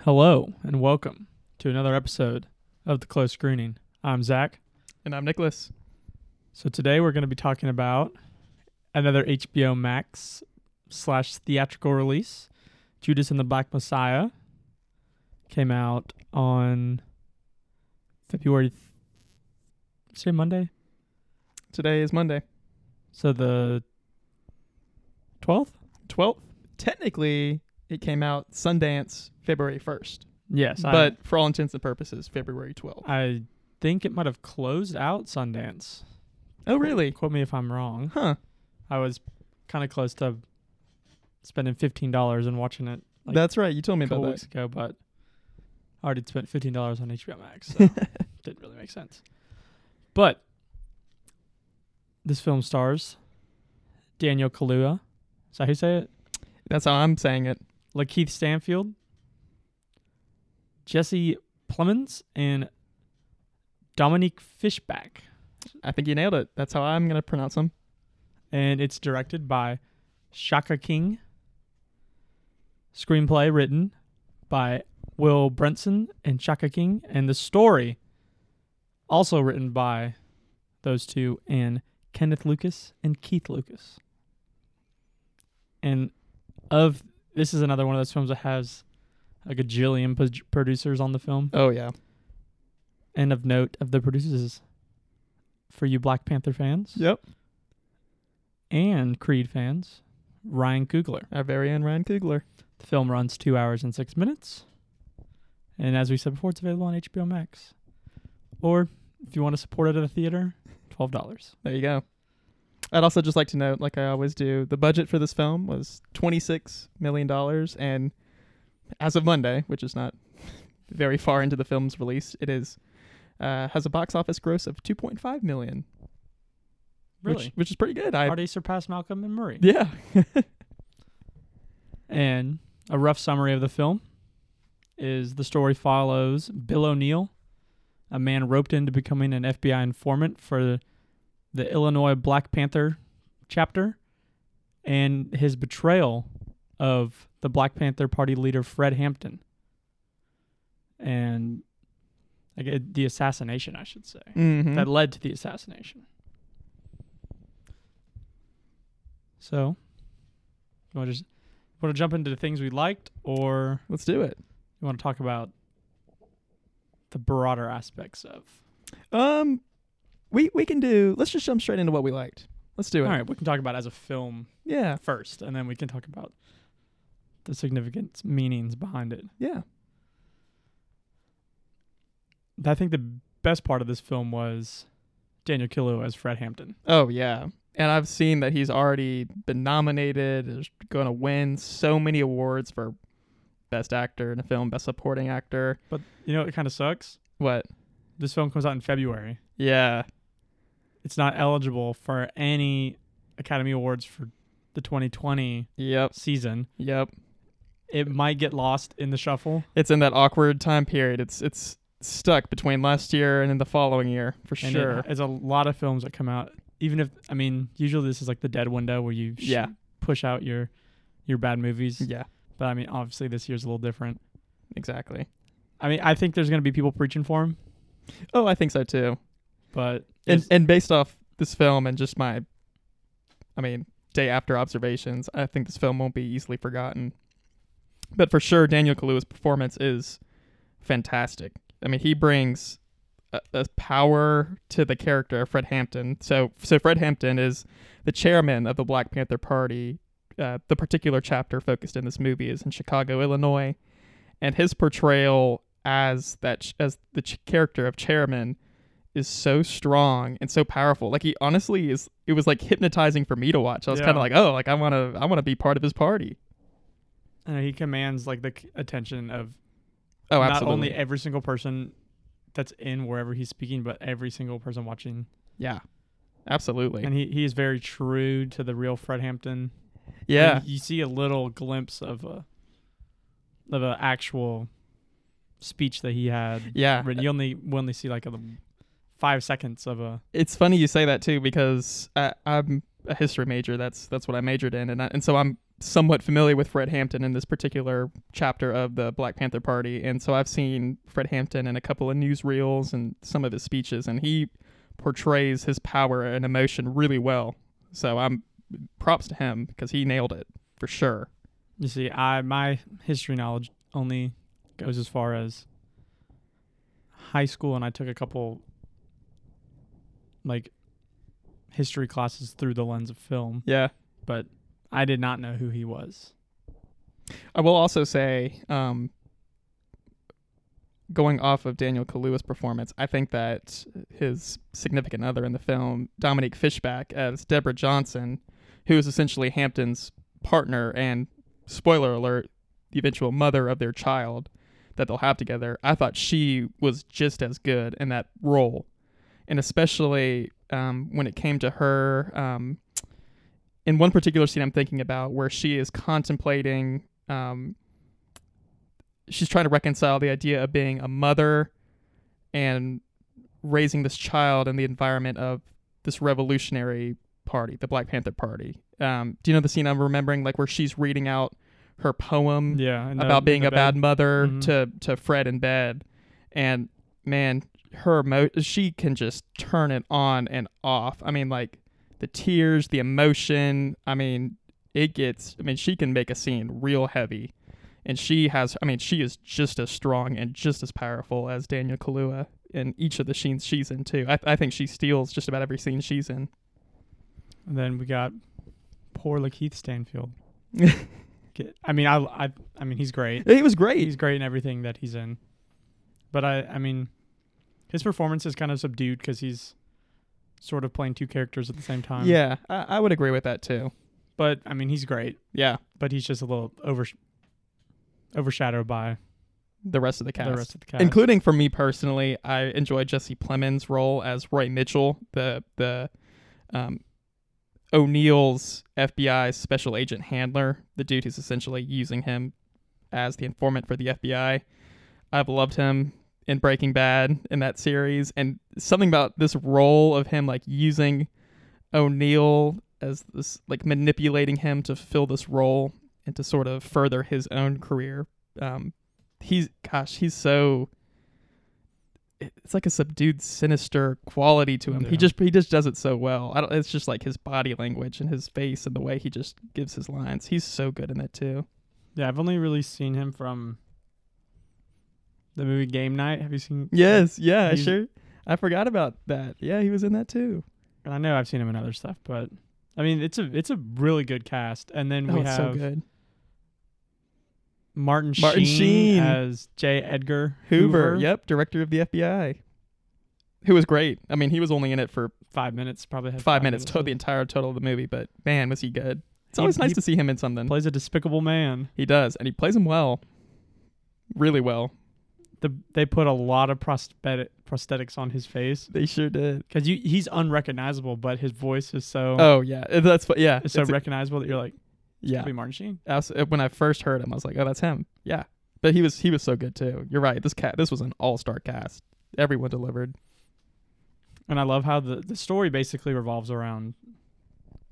Hello and welcome to another episode of the Close Screening. I'm Zach. And I'm Nicholas. So today we're going to be talking about another HBO Max slash theatrical release. Judas and the Black Messiah came out on February. Th- say Monday. Today is Monday, So the twelfth. 12th. Technically, it came out Sundance February 1st, Yes, but for all intents and purposes, February 12th. I, I think it might have closed out Sundance. Oh, really? Quote me if I'm wrong. Huh. I was kind of close to spending fifteen dollars and watching it Like, That's right. You told me a couple about weeks that. ago, but I already spent fifteen dollars on HBO Max, so didn't really make sense. But this film stars Daniel Kaluuya. Is that how you say it? That's how I'm saying it. Lakeith Stanfield, Jesse Plemons, and Dominique Fishback. I think you nailed it. That's how I'm going to pronounce them. and it's directed by Shaka King. Screenplay written by Will Brentson and Shaka King, and the story also written by those two and Kenneth Lucas and Keith Lucas. And of this is another one of those films that has a gajillion pro- producers on the film. Oh, yeah. And of note of the producers is for you Black Panther fans Yep. and Creed fans, Ryan Coogler. Our very own Ryan Coogler. The film runs two hours and six minutes. And as we said before, it's available on HBO Max. Or if you want to support it at a theater, $12. There you go. I'd also just like to note, like I always do, the budget for this film was $26 million. And as of Monday, which is not very far into the film's release, it is. Uh, has a box office gross of 2.5 million, Really? which, which is pretty good. I Already surpassed Malcolm and Murray. yeah, And a rough summary of the film is the story follows Bill O'Neill, a man roped into becoming an FBI informant for the Illinois Black Panther chapter, and his betrayal of the Black Panther Party leader Fred Hampton. And like, it- the assassination, I should say, Mhm. that led to the assassination. So, you want to just want to jump into the things we liked, or Let's do it. you want to talk about the broader aspects of? Um, we we can do. Let's just jump straight into what we liked. Let's do it. All right, we can talk about it as a film Yeah, first, and then we can talk about the significant meanings behind it. yeah. I think the best part of this film was Daniel Kaluuya as Fred Hampton. Oh yeah. And I've seen that he's already been nominated. Is going to win so many awards for best actor in a film, best supporting actor. But you know, it kind of sucks. What? This film comes out in February. Yeah. it's not eligible for any Academy Awards for the 2020 Yep. season. Yep. It might get lost in the shuffle, It's in that awkward time period. It's it's stuck between last year and then the following year for and sure. it, it's a lot of films that come out. Even if I mean, usually this is like the dead window where you sh- Yeah. push out your your bad movies. yeah. But I mean, obviously this year's a little different. Exactly. I mean, I think there's gonna be people preaching for him, Oh, I think so too. but and it's- and based off this film and just my i mean day after observations i think this film won't be easily forgotten but for sure daniel kaluuya's performance is fantastic i mean he brings a, a power to the character of fred hampton so so fred hampton is the chairman of the black panther party uh, the particular chapter focused in this movie is in chicago illinois and his portrayal as that ch- as the ch- character of chairman is so strong and so powerful. Like he honestly is it was like hypnotizing for me to watch. I was Yeah. kind of like, "Oh, like I want to I want to be part of his party." and he commands like the c- attention of Oh, not absolutely. only every single person that's in wherever he's speaking, but every single person watching. yeah. Absolutely. And he, he is very true to the real Fred Hampton. yeah. you, you see a little glimpse of a of an actual speech that he had. Yeah. But you only we only see like a, five seconds of a. it's funny you say that too because I, I'm a history major. That's that's what I majored in, and I, and so I'm somewhat familiar with Fred Hampton in this particular chapter of the Black Panther Party, and so I've seen Fred Hampton in a couple of newsreels and some of his speeches, and he portrays his power and emotion really well. So I'm props to him because he nailed it for sure. You see, I my history knowledge only goes as far as high school, and I took a couple like history classes through the lens of film, Yeah. but I did not know who he was. I will also say, um, going off of Daniel Kaluuya's performance, I think that his significant other in the film, Dominique Fishback, as Deborah Johnson, who is essentially Hampton's partner and spoiler alert, the eventual mother of their child that they'll have together, I thought she was just as good in that role, and especially um, when it came to her. Um, in one particular scene, I'm thinking about where she is contemplating um, she's trying to reconcile the idea of being a mother and raising this child in the environment of this revolutionary party, the Black Panther Party. Um, do you know the scene I'm remembering, like where she's reading out her poem Yeah, in the- Mm-hmm. about being in a the bad bed. mother Mhm. to to Fred in bed, and man, her mo she can just turn it on and off. I mean, like the tears, the emotion. I mean, it gets. I mean, she can make a scene real heavy, and she has. I mean, she is just as strong and just as powerful as Daniel Kaluuya in each of the scenes she's in too. I, I think she steals just about every scene she's in. And then we got poor Lakeith Stanfield. Get- I mean, I, I, I mean, he's great. It was great. He's great in everything that he's in. But I, I mean, his performance is kind of subdued because he's sort of playing two characters at the same time. Yeah, I, I would agree with that too. But I mean, he's great. Yeah, But he's just a little over, overshadowed by the rest of the cast. the rest of the cast. including for me personally. I enjoy Jesse Plemons' role as Roy Mitchell, the the um, O'Neill's FBI special agent handler, the dude who's essentially using him as the informant for the FBI. I've loved him in Breaking Bad in that series, and something about this role of him like using O'Neill as this like manipulating him to fill this role and to sort of further his own career. Um, he's gosh, he's so it's like a subdued, sinister quality to him. Yeah. He just he just does it so well. I don't, it's just like his body language and his face and the way he just gives his lines. He's so good in that too. yeah, I've only really seen him from the movie Game Night. Have you seen? Yes, yeah, He's- sure. I forgot about that. Yeah, he was in that too. And I know I've seen him in other stuff, but I mean, it's a it's a really good cast. And then Oh, we it's have so good. Martin, Martin Sheen, Sheen. as J. Edgar Hoover, Yep, director of the FBI. Who was great. I mean, he was only in it for Five minutes probably. had five, minutes, to- the entire total of the movie, but man, was he good. It's He- always nice he to see him in something. Plays a despicable man. he does, and he plays him well. Really well. The, they put a lot of prosthetic prosthetics on his face They sure did. because you he's unrecognizable, but his voice is so Oh, yeah. Uh, That's what, yeah. is so It's a- recognizable that you're like, yeah. yeah, be Martin Sheen. I was- uh, when I first heard him, I was like, "Oh, that's him." Yeah, but he was he was so good too. You're right. This cat, this was an all star cast. Everyone delivered. And I love how the the story basically revolves around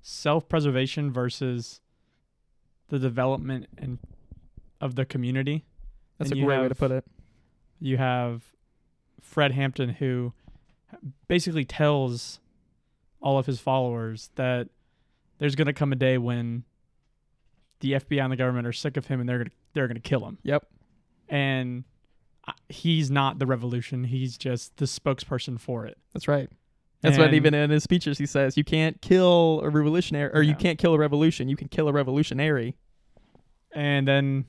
self preservation versus the development and of the community. That's And a you great way to have- put it. you have Fred Hampton who basically tells all of his followers that there's going to come a day when the FBI and the government are sick of him and they're going to they're going to kill him. Yep. And I- he's not the revolution, he's just the spokesperson for it. That's right. That's what And- even in his speeches he says, "You can't kill a revolutionary, or you Yeah. can't kill a revolution. You can kill a revolutionary." And then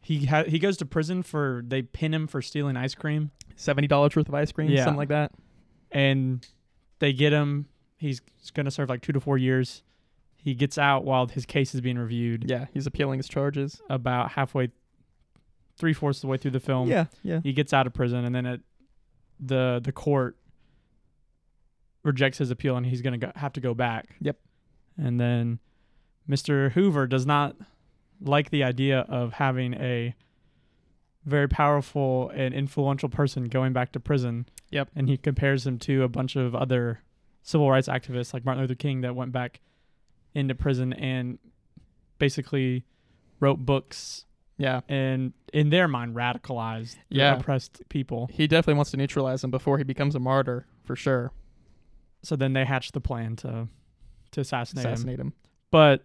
he ha- he goes to prison for they pin him for stealing ice cream Seventy dollars worth of ice cream, Yeah. something like that. and they get him he's going to serve like 2 to 4 years. He gets out while his case is being reviewed. Yeah, he's appealing his charges. about halfway, three fourths of the way through the film. yeah, yeah. He gets out of prison, and then at the the court rejects his appeal, and he's gonna go, have to go back. Yep. And then Mr. Hoover does not like the idea of having a very powerful and influential person going back to prison. Yep. And he compares him to a bunch of other civil rights activists like Martin Luther King that went back into prison and basically wrote books Yeah. and in their mind radicalized the Yeah. oppressed people. He definitely wants to neutralize him before he becomes a martyr, for sure. So then they hatched the plan to to assassinate, him. Assassinate him. But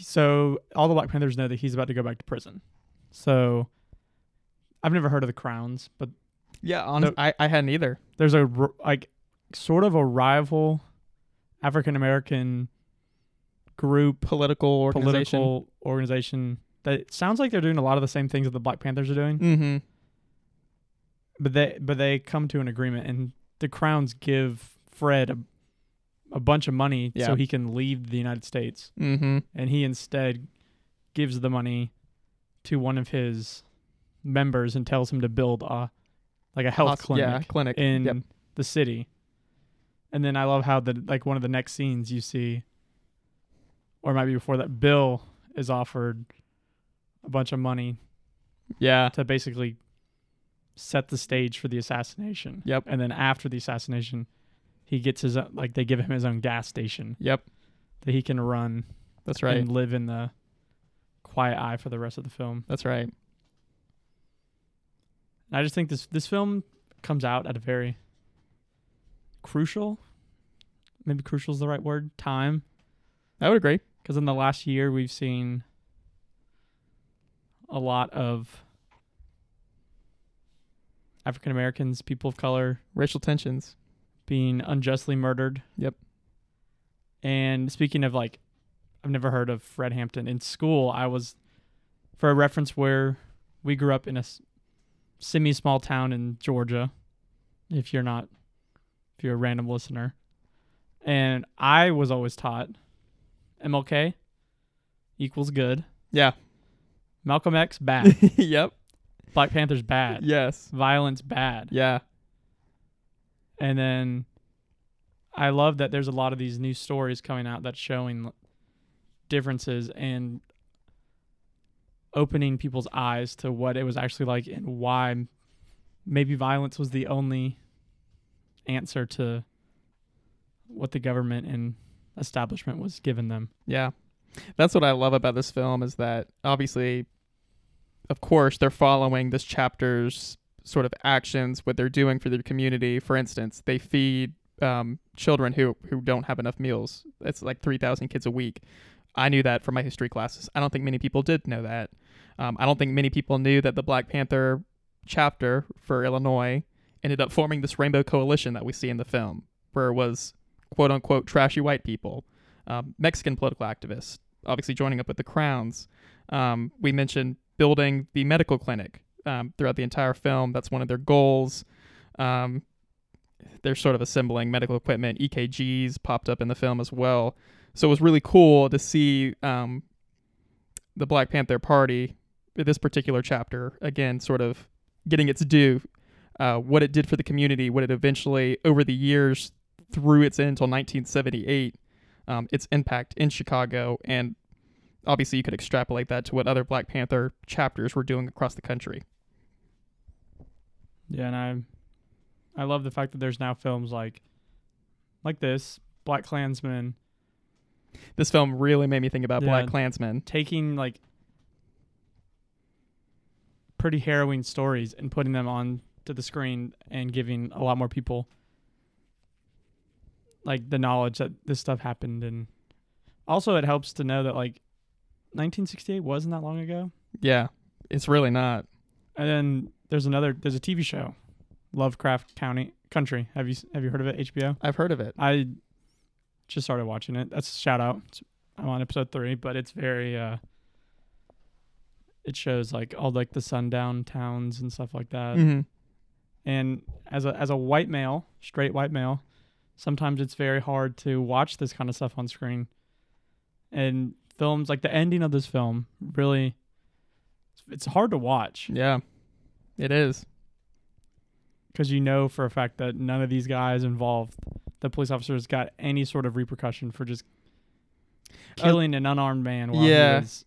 so all the Black Panthers know that he's about to go back to prison. So I've never heard of the Crowns, but Yeah, honestly, I, I hadn't either. there's a r- like sort of a rival African American group Political organization. political organization that it sounds like they're doing a lot of the same things that the Black Panthers are doing, Mm-hmm. but they but they come to an agreement and the Crowns give Fred a, a bunch of money Yeah. so he can leave the United States. Mm-hmm. and he instead gives the money to one of his members and tells him to build a like a health Yeah, clinic clinic. in Yep. the city. And then I love how the like one of the next scenes you see or maybe before that Bill is offered a bunch of money Yeah. to basically set the stage for the assassination. Yep. And then after the assassination, he gets his own, like they give him his own gas station Yep. that he can run That's right. and live in the quiet eye for the rest of the film. That's right. And I just think this this film comes out at a very crucial, maybe crucial is the right word, time I would agree. because in the last year we've seen a lot of African Americans, people of color Racial tensions. being unjustly murdered. Yep. And speaking of like, I've never heard of Fred Hampton. In school, I was, for a reference, where we grew up in a s- semi-small town in Georgia. If you're not, if you're a random listener, and I was always taught, MLK equals good, Yeah. Malcolm X bad, yep. Black Panther's bad, Yes. violence bad, Yeah. and then I love that there's a lot of these new stories coming out that's showing differences and opening people's eyes to what it was actually like and why maybe violence was the only answer to what the government and establishment was giving them. Yeah. That's what I love about this film is that obviously of course they're following this chapter's sort of actions what they're doing for their community. For instance, they feed um, children who who don't have enough meals. It's like 3,000 kids a week. I knew that from my history classes. I don't think many people did know that. Um, I don't think many people knew that the Black Panther chapter for Illinois ended up forming this rainbow coalition that we see in the film, where it was quote unquote trashy white people um, Mexican political activists, obviously joining up with the Crowns. Um, we mentioned building the medical clinic um, throughout the entire film. That's one of their goals. Um, they're sort of assembling medical equipment. EKGs popped up in the film as well. So it was really cool to see um, the Black Panther Party, this particular chapter, again, sort of getting its due. Uh, what it did for the community, what it eventually, over the years, through its end until 1978, um, its impact in Chicago, and obviously you could extrapolate that to what other Black Panther chapters were doing across the country. Yeah, and I I love the fact that there's now films like like this, Black Klansman, This film really made me think about Yeah. Black Klansmen. taking like pretty harrowing stories and putting them on to the screen and giving a lot more people like the knowledge that this stuff happened and also it helps to know that like 1968 wasn't that long ago Yeah, it's really not. and then there's another there's a TV show Lovecraft County Country have you have you heard of it HBO I've heard of it. I just started watching it. That's a shout out. It's- I'm on episode three, but it's very uh it shows like all like the sundown towns and stuff like that. hmm And as a as a white male, straight white male, sometimes it's very hard to watch this kind of stuff on screen. And films like the ending of this film really it's hard to watch Yeah, it is. because you know for a fact that none of these guys involved, the police officers, got any sort of repercussion for just Uh, killing an unarmed man while yeah. he was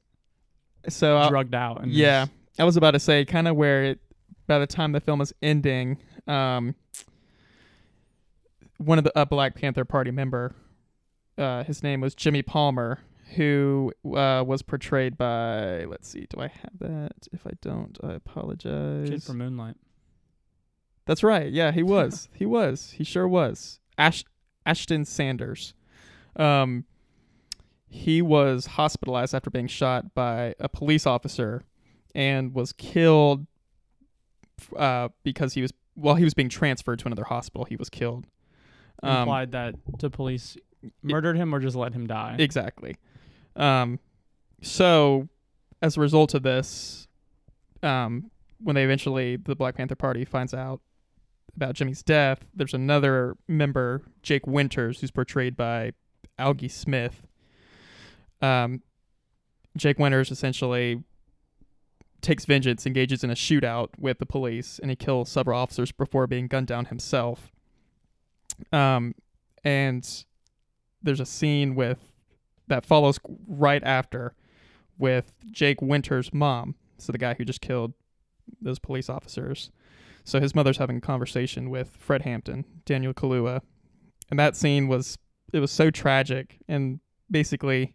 So, uh, I'll- drugged out. And yeah, was- I was about to say kind of where it, by the time the film is ending, um, one of the uh, Black Panther Party member, uh, his name was Jimmy Palmer, who uh, was portrayed by. Let's see, do I have that? If I don't, I apologize. Kid from Moonlight. That's right. Yeah, he was. he was. He sure was. Ash- Ashton Sanders. Um, he was hospitalized after being shot by a police officer and was killed uh, because he was well he was being transferred to another hospital he was killed um, Implied that the police murdered him or just let him die. exactly um, so as a result of this um, when they eventually the black panther party finds out about jimmy's death there's another member jake winters who's portrayed by algie smith um, Jake Winters essentially takes vengeance, engages in a shootout with the police, and he kills several officers before being gunned down himself. Um, and there's a scene with that follows right after with Jake Winters' mom, so the guy who just killed those police officers. So his mother's having a conversation with Fred Hampton, Daniel Kalua, and that scene was it was so tragic and basically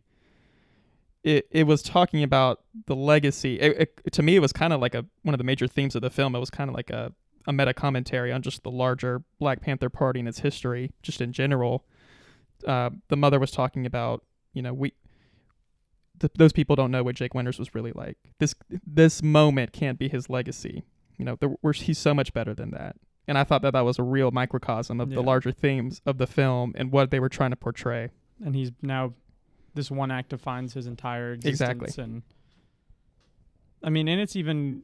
it, it was talking about the legacy. It, it, to me, it was kind of like a one of the major themes of the film. It was kind of like a, a meta commentary on just the larger Black Panther Party and its history, just in general. Uh, the mother was talking about, you know, we th- those people don't know what Jake Winters was really like. This this moment can't be his legacy. You know, there, we're, he's so much better than that. And I thought that that was a real microcosm of Yeah. the larger themes of the film and what they were trying to portray. And he's now this one act defines his entire existence Exactly. and I mean, and it's even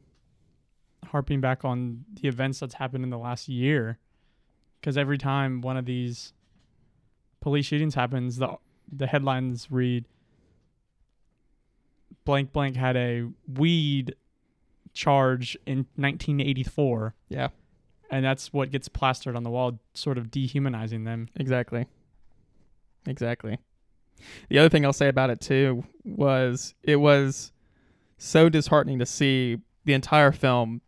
harping back on the events that's happened in the last year cuz every time one of these police shootings happens, the the headlines read blank blank had a weed charge in 1984 Yeah, and that's what gets plastered on the wall, sort of dehumanizing them. Exactly. Exactly. The other thing I'll say about it too was it was so disheartening to see the entire film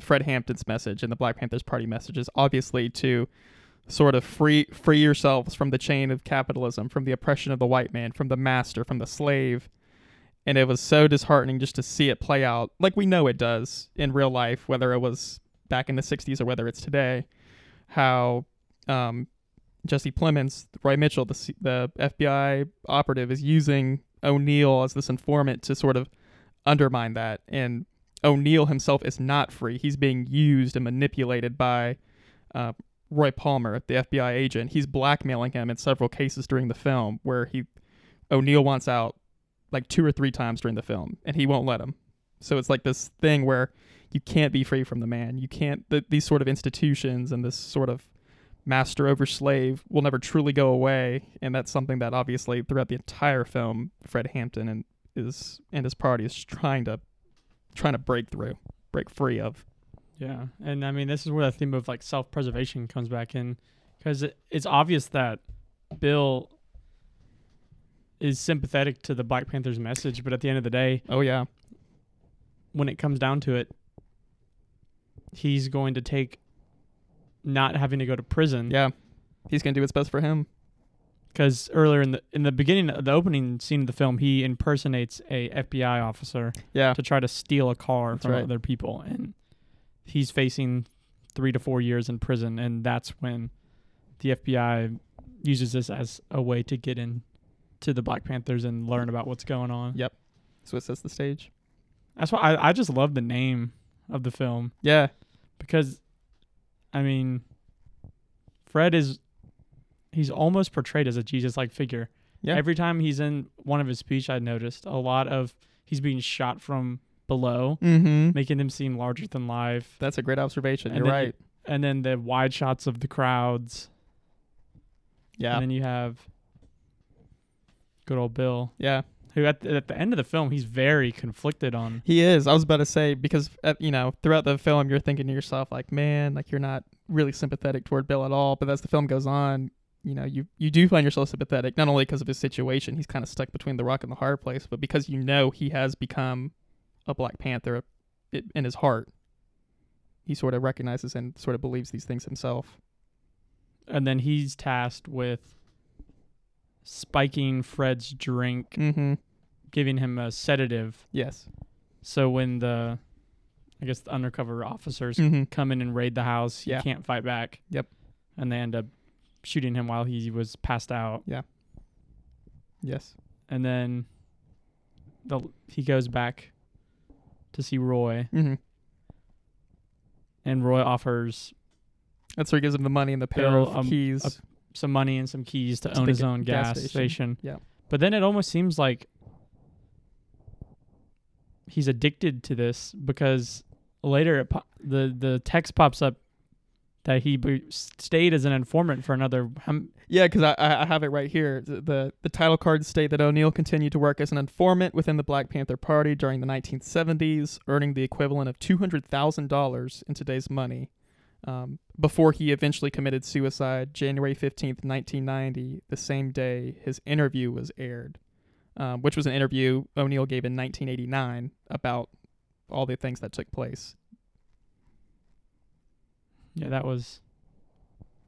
Fred Hampton's message and the Black Panthers party message is obviously to sort of free free yourselves from the chain of capitalism, from the oppression of the white man, from the master, from the slave. And it was so disheartening just to see it play out like we know it does in real life, whether it was back in the 60s or whether it's today, how um, Jesse Plemons, Roy Mitchell, the, C- the FBI operative, is using O'Neill as this informant to sort of undermine that. And O'Neill himself is not free. He's being used and manipulated by uh, Roy Palmer, the FBI agent. He's blackmailing him in several cases during the film where he O'Neill wants out like two or three times during the film, and he won't let him. So it's like this thing where you can't be free from the man. You can't. Th- these sort of institutions and this sort of master over slave will never truly go away and that's something that obviously throughout the entire film fred hampton and is and his party is trying to trying to break through break free of Yeah, and I mean, this is where the theme of like self-preservation comes back in, because it, it's obvious that Bill is sympathetic to the Black Panthers' message, but at the end of the day, oh yeah when it comes down to it, he's going to take not having to go to prison. yeah he's gonna do what's best for him Because earlier in the in the beginning, of the opening scene of the film, he impersonates a FBI officer. yeah to try to steal a car That's from right. other people and he's facing three to four years in prison and that's when the fbi uses this as a way to get in to the black panthers and learn about what's going on Yeah. so it sets the stage that's why I, I just love the name of the film yeah because i mean fred is he's almost portrayed as a jesus like figure Yeah. every time he's in one of his speech i noticed a lot of he's being shot from below mm-hmm making them seem larger than life. that's a great observation And you're then right And then the wide shots of the crowds. yeah And then you have good old Bill, yeah who at the, at the end of the film, he's very conflicted on. He is. I was about to say because uh, you know throughout the film you're thinking to yourself like, man, like you're not really sympathetic toward Bill at all. But as the film goes on, you know you you do find yourself sympathetic not only because of his situation, he's kind of stuck between the rock and the hard place, but because you know he has become a Black Panther, it, in his heart, he sort of recognizes and sort of believes these things himself. and then he's tasked with spiking Fred's drink, Mm-hmm. giving him a sedative. Yes. So when the, I guess the undercover officers Mm-hmm. come in and raid the house, he Yeah. can't fight back. Yep. And they end up shooting him while he was passed out, Yes. and then the he goes back to see Roy, Mm-hmm. and Roy offers That's where he gives him the money and the pair Bill, of um, keys. a- some money and some keys to To own the his ga- own gas, gas station. station. Yeah. But then it almost seems like he's addicted to this because later it po- the the text pops up that he be- stayed as an informant for another hum- Yeah, because I, I I have it right here. The, the the title cards state that O'Neill continued to work as an informant within the Black Panther Party during the 1970s, earning the equivalent of two hundred thousand dollars in today's money. Um, before he eventually committed suicide, January 15th, 1990, the same day his interview was aired, um, which was an interview O'Neill gave in 1989 about all the things that took place. yeah that was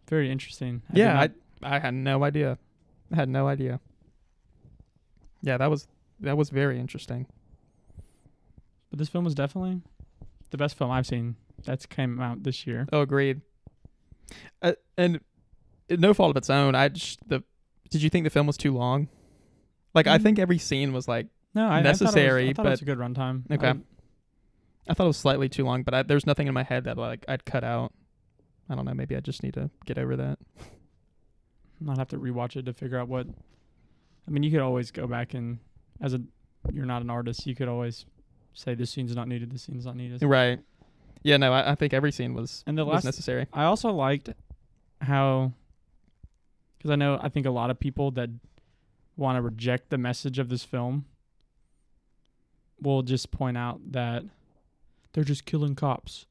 very interesting I did yeah, not- I I had no idea. I had no idea. Yeah, that was that was very interesting. but this film was definitely the best film I've seen that's came out this year Oh, agreed. Uh, and it- no fault of its own. I just the did you think the film was too long? Like Mm. I think every scene was like no I, Necessary, I thought it was, I thought it was a good runtime Okay. Um, I thought it was slightly too long, but I, there's nothing in my head that like I'd cut out. I don't know. Maybe I just need to get over that. I'd have to rewatch it to figure out what. I mean, you could always go back and, as a, you're not an artist, you could always say this scene's not needed, this scene's not needed. Right. Yeah. No. I, I think every scene was And the was last, necessary. I also liked how, because I know I think a lot of people that want to reject the message of this film will just point out that they're just killing cops.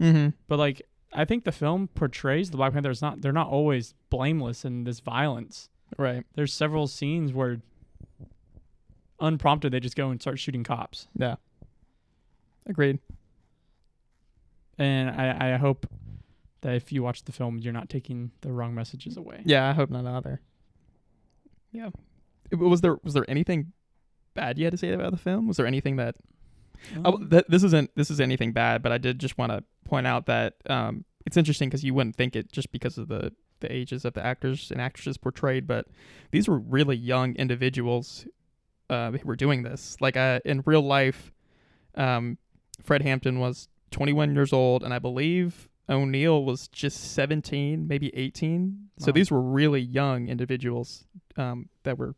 Mm-hmm. But like, I think the film portrays the Black Panthers not they're not always blameless in this violence. Right. there's several scenes where unprompted they just go and start shooting cops Yeah. Agreed. and i, I hope that if you watch the film you're not taking the wrong messages away Yeah, I hope not either. Yeah. It- Was there was there anything bad you had to say about the film? Was there anything that I Oh. w- Oh, th- this isn't this is anything bad, but I did just want to point out that um, it's interesting because you wouldn't think it just because of the the ages of the actors and actresses portrayed, but these were really young individuals uh, who were doing this. Like uh, in real life, um, Fred Hampton was 21 years old, and I believe O'Neill was just 17, maybe 18. So Wow. these were really young individuals um, that were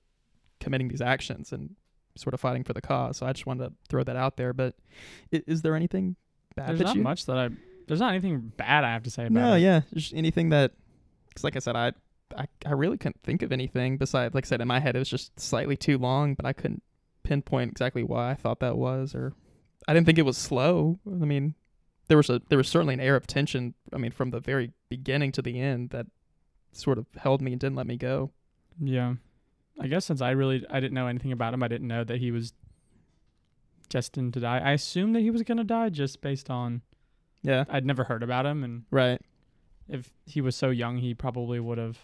committing these actions and sort of fighting for the cause. So I just wanted to throw that out there. But is, is there anything bad there's that not Oh, you? much that i there's not anything bad i have to say about no, it yeah, just anything that. Because like I said, I, I I really couldn't think of anything besides like I said in my head it was just slightly too long, but I couldn't pinpoint exactly why I thought that was or I didn't think it was slow. I mean, there was a there was certainly an air of tension. I mean, from the very beginning to the end that sort of held me and didn't let me go. yeah i guess since i really i didn't know anything about him i didn't know that he was destined to die i assumed that he was going to die just based on Yeah. i'd never heard about him and Right. if he was so young he probably would have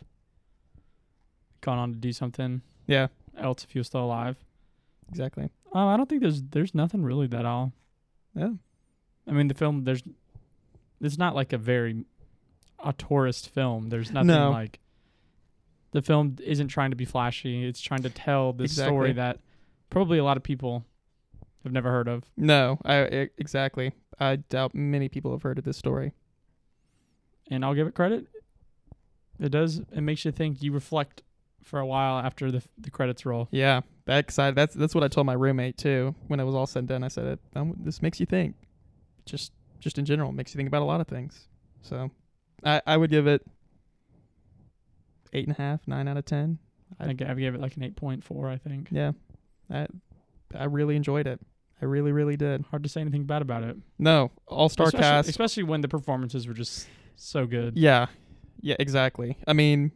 gone on to do something Yeah. else if he was still alive Exactly. Um, I don't think there's there's nothing really that all. Yeah. I mean, the film there's it's not like a very a tourist film. There's nothing No. like the film isn't trying to be flashy. It's trying to tell this story Exactly. that probably a lot of people have never heard of. No. I e- exactly. I doubt many people have heard of this story. And I'll give it credit. It does. It makes you think. You reflect for a while after the the credits roll. Yeah, that excited. That's that's what I told my roommate too. When it was all said and done, I said it. Um, this makes you think. Just just in general, makes you think about a lot of things. So, I I would give it eight and a half, nine out of ten. I, think I gave it like an eight point four. I think. Yeah, I I really enjoyed it. I really really did. Hard to say anything bad about it. No, all star especially, cast. especially when the performances were just so good. Yeah, yeah, exactly. I mean,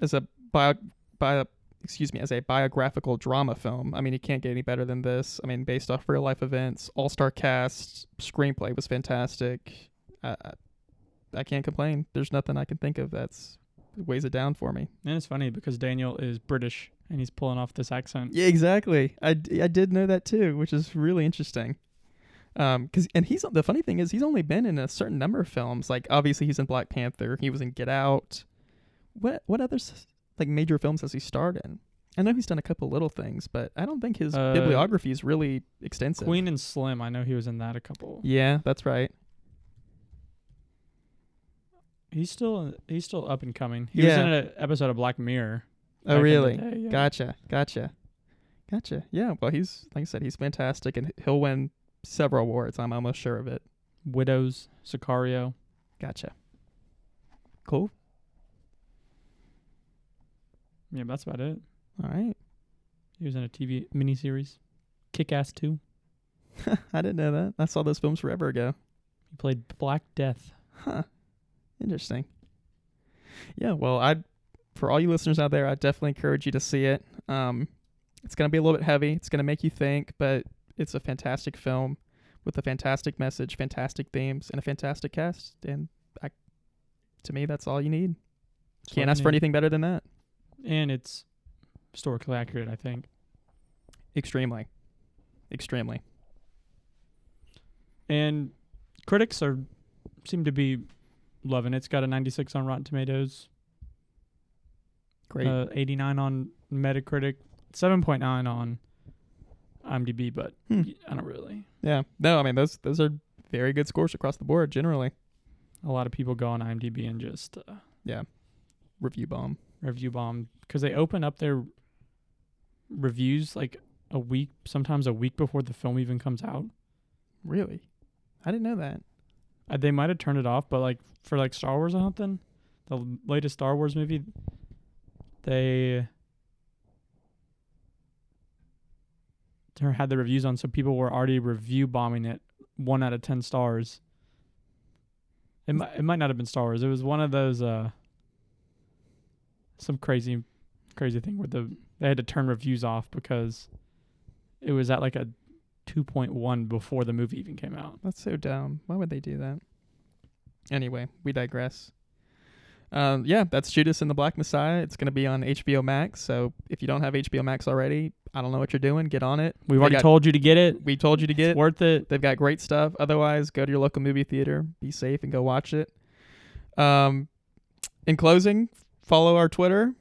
as a bio, bio excuse me, as a biographical drama film. I mean, you can't get any better than this. I mean, based off real life events, all star cast, screenplay was fantastic. I, I, I can't complain. There's nothing I can think of that's weighs it down for me. And it's funny because Daniel is British and he's pulling off this accent. Yeah, exactly. I, d- I did know that too, which is really interesting. Um, cause and he's the funny thing is he's only been in a certain number of films. Like obviously he's in Black Panther. He was in Get Out. What what other s- like major films has he starred in? I know he's done a couple little things, but I don't think his Uh, bibliography is really extensive. Queen and Slim, I know he was in that a couple. Yeah, that's right. He's still he's still up and coming. He Yeah. was in an episode of Black Mirror. back Oh, in the really? day, yeah. Gotcha. Gotcha. Gotcha. Yeah. Well, he's like I said, he's fantastic, and he'll win several awards. I'm almost sure of it. Widows, Sicario. Gotcha. Cool. Yeah, that's about it. All right. He was in a TV miniseries, Kick Ass Two. I didn't know that. I saw those films forever ago. He played Black Death. Huh. Interesting. Yeah. Well, I for all you listeners out there, I definitely encourage you to see it. Um, it's gonna be a little bit heavy. It's gonna make you think, but it's a fantastic film with a fantastic message, fantastic themes, and a fantastic cast. And I, to me, that's all you need. That's Can't what ask I for need. anything better than that. And it's historically accurate, I think. Extremely. Extremely. And critics are seem to be loving it. It's got a 96 on Rotten Tomatoes, Great. uh, 89 on Metacritic, 7.9 on IMDb, but Hmm. y- I don't really. yeah. No, I mean those those are very good scores across the board generally. A lot of people go on IMDb and just uh, Review bomb. review bomb because they open up their reviews like a week, sometimes a week before the film even comes out. Really? I didn't know that. Uh, they might have turned it off, but like for like Star Wars or something, the l- latest Star Wars movie, they they had the reviews on, so people were already review bombing it one out of ten stars. It might it might not have been Star Wars. It was one of those uh some crazy crazy thing where the they had to turn reviews off because it was at like a 2.1 before the movie even came out. That's so dumb. Why would they do that? Anyway, we digress. Um, yeah, that's Judas and the Black Messiah. It's going to be on HBO Max. So if you don't have HBO Max already, I don't know what you're doing. Get on it. We've They already got- told you to get it. We told you to get it. It's worth it. They've got great stuff. Otherwise, go to your local movie theater. Be safe and go watch it. Um, in closing, follow our Twitter.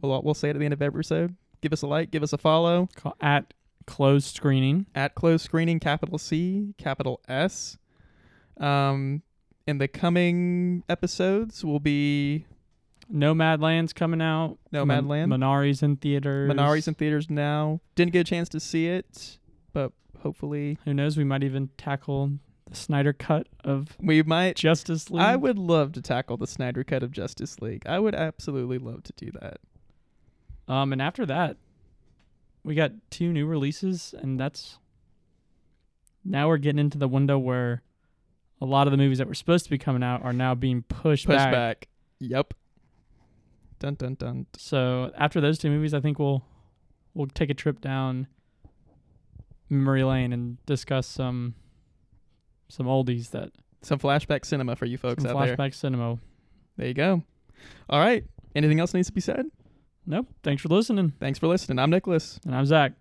We'll we'll say it at the end of every episode. Give us a like. Give us a follow Ca- At closed screening, at Close Screening. Capital C, capital S. Um, in the coming episodes will be Nomadland's coming out. Nomadland. Min- Minari's in theaters. Minari's in theaters now. Didn't get a chance to see it, but hopefully Who knows? We might even tackle the Snyder cut of we might Justice League. I would love to tackle the Snyder Cut of Justice League. I would absolutely love to do that. Um, and after that, we got two new releases, and that's now we're getting into the window where a lot of the movies that were supposed to be coming out are now being pushed, Push back. Yep. Dun dun dun. So after those two movies, I think we'll we'll take a trip down memory lane and discuss some some oldies that Some flashback cinema for you folks some out flashback there. cinema. There you go. All right. Anything else needs to be said? Nope. Thanks for listening, Thanks for listening. I'm Nicholas. and I'm Zach.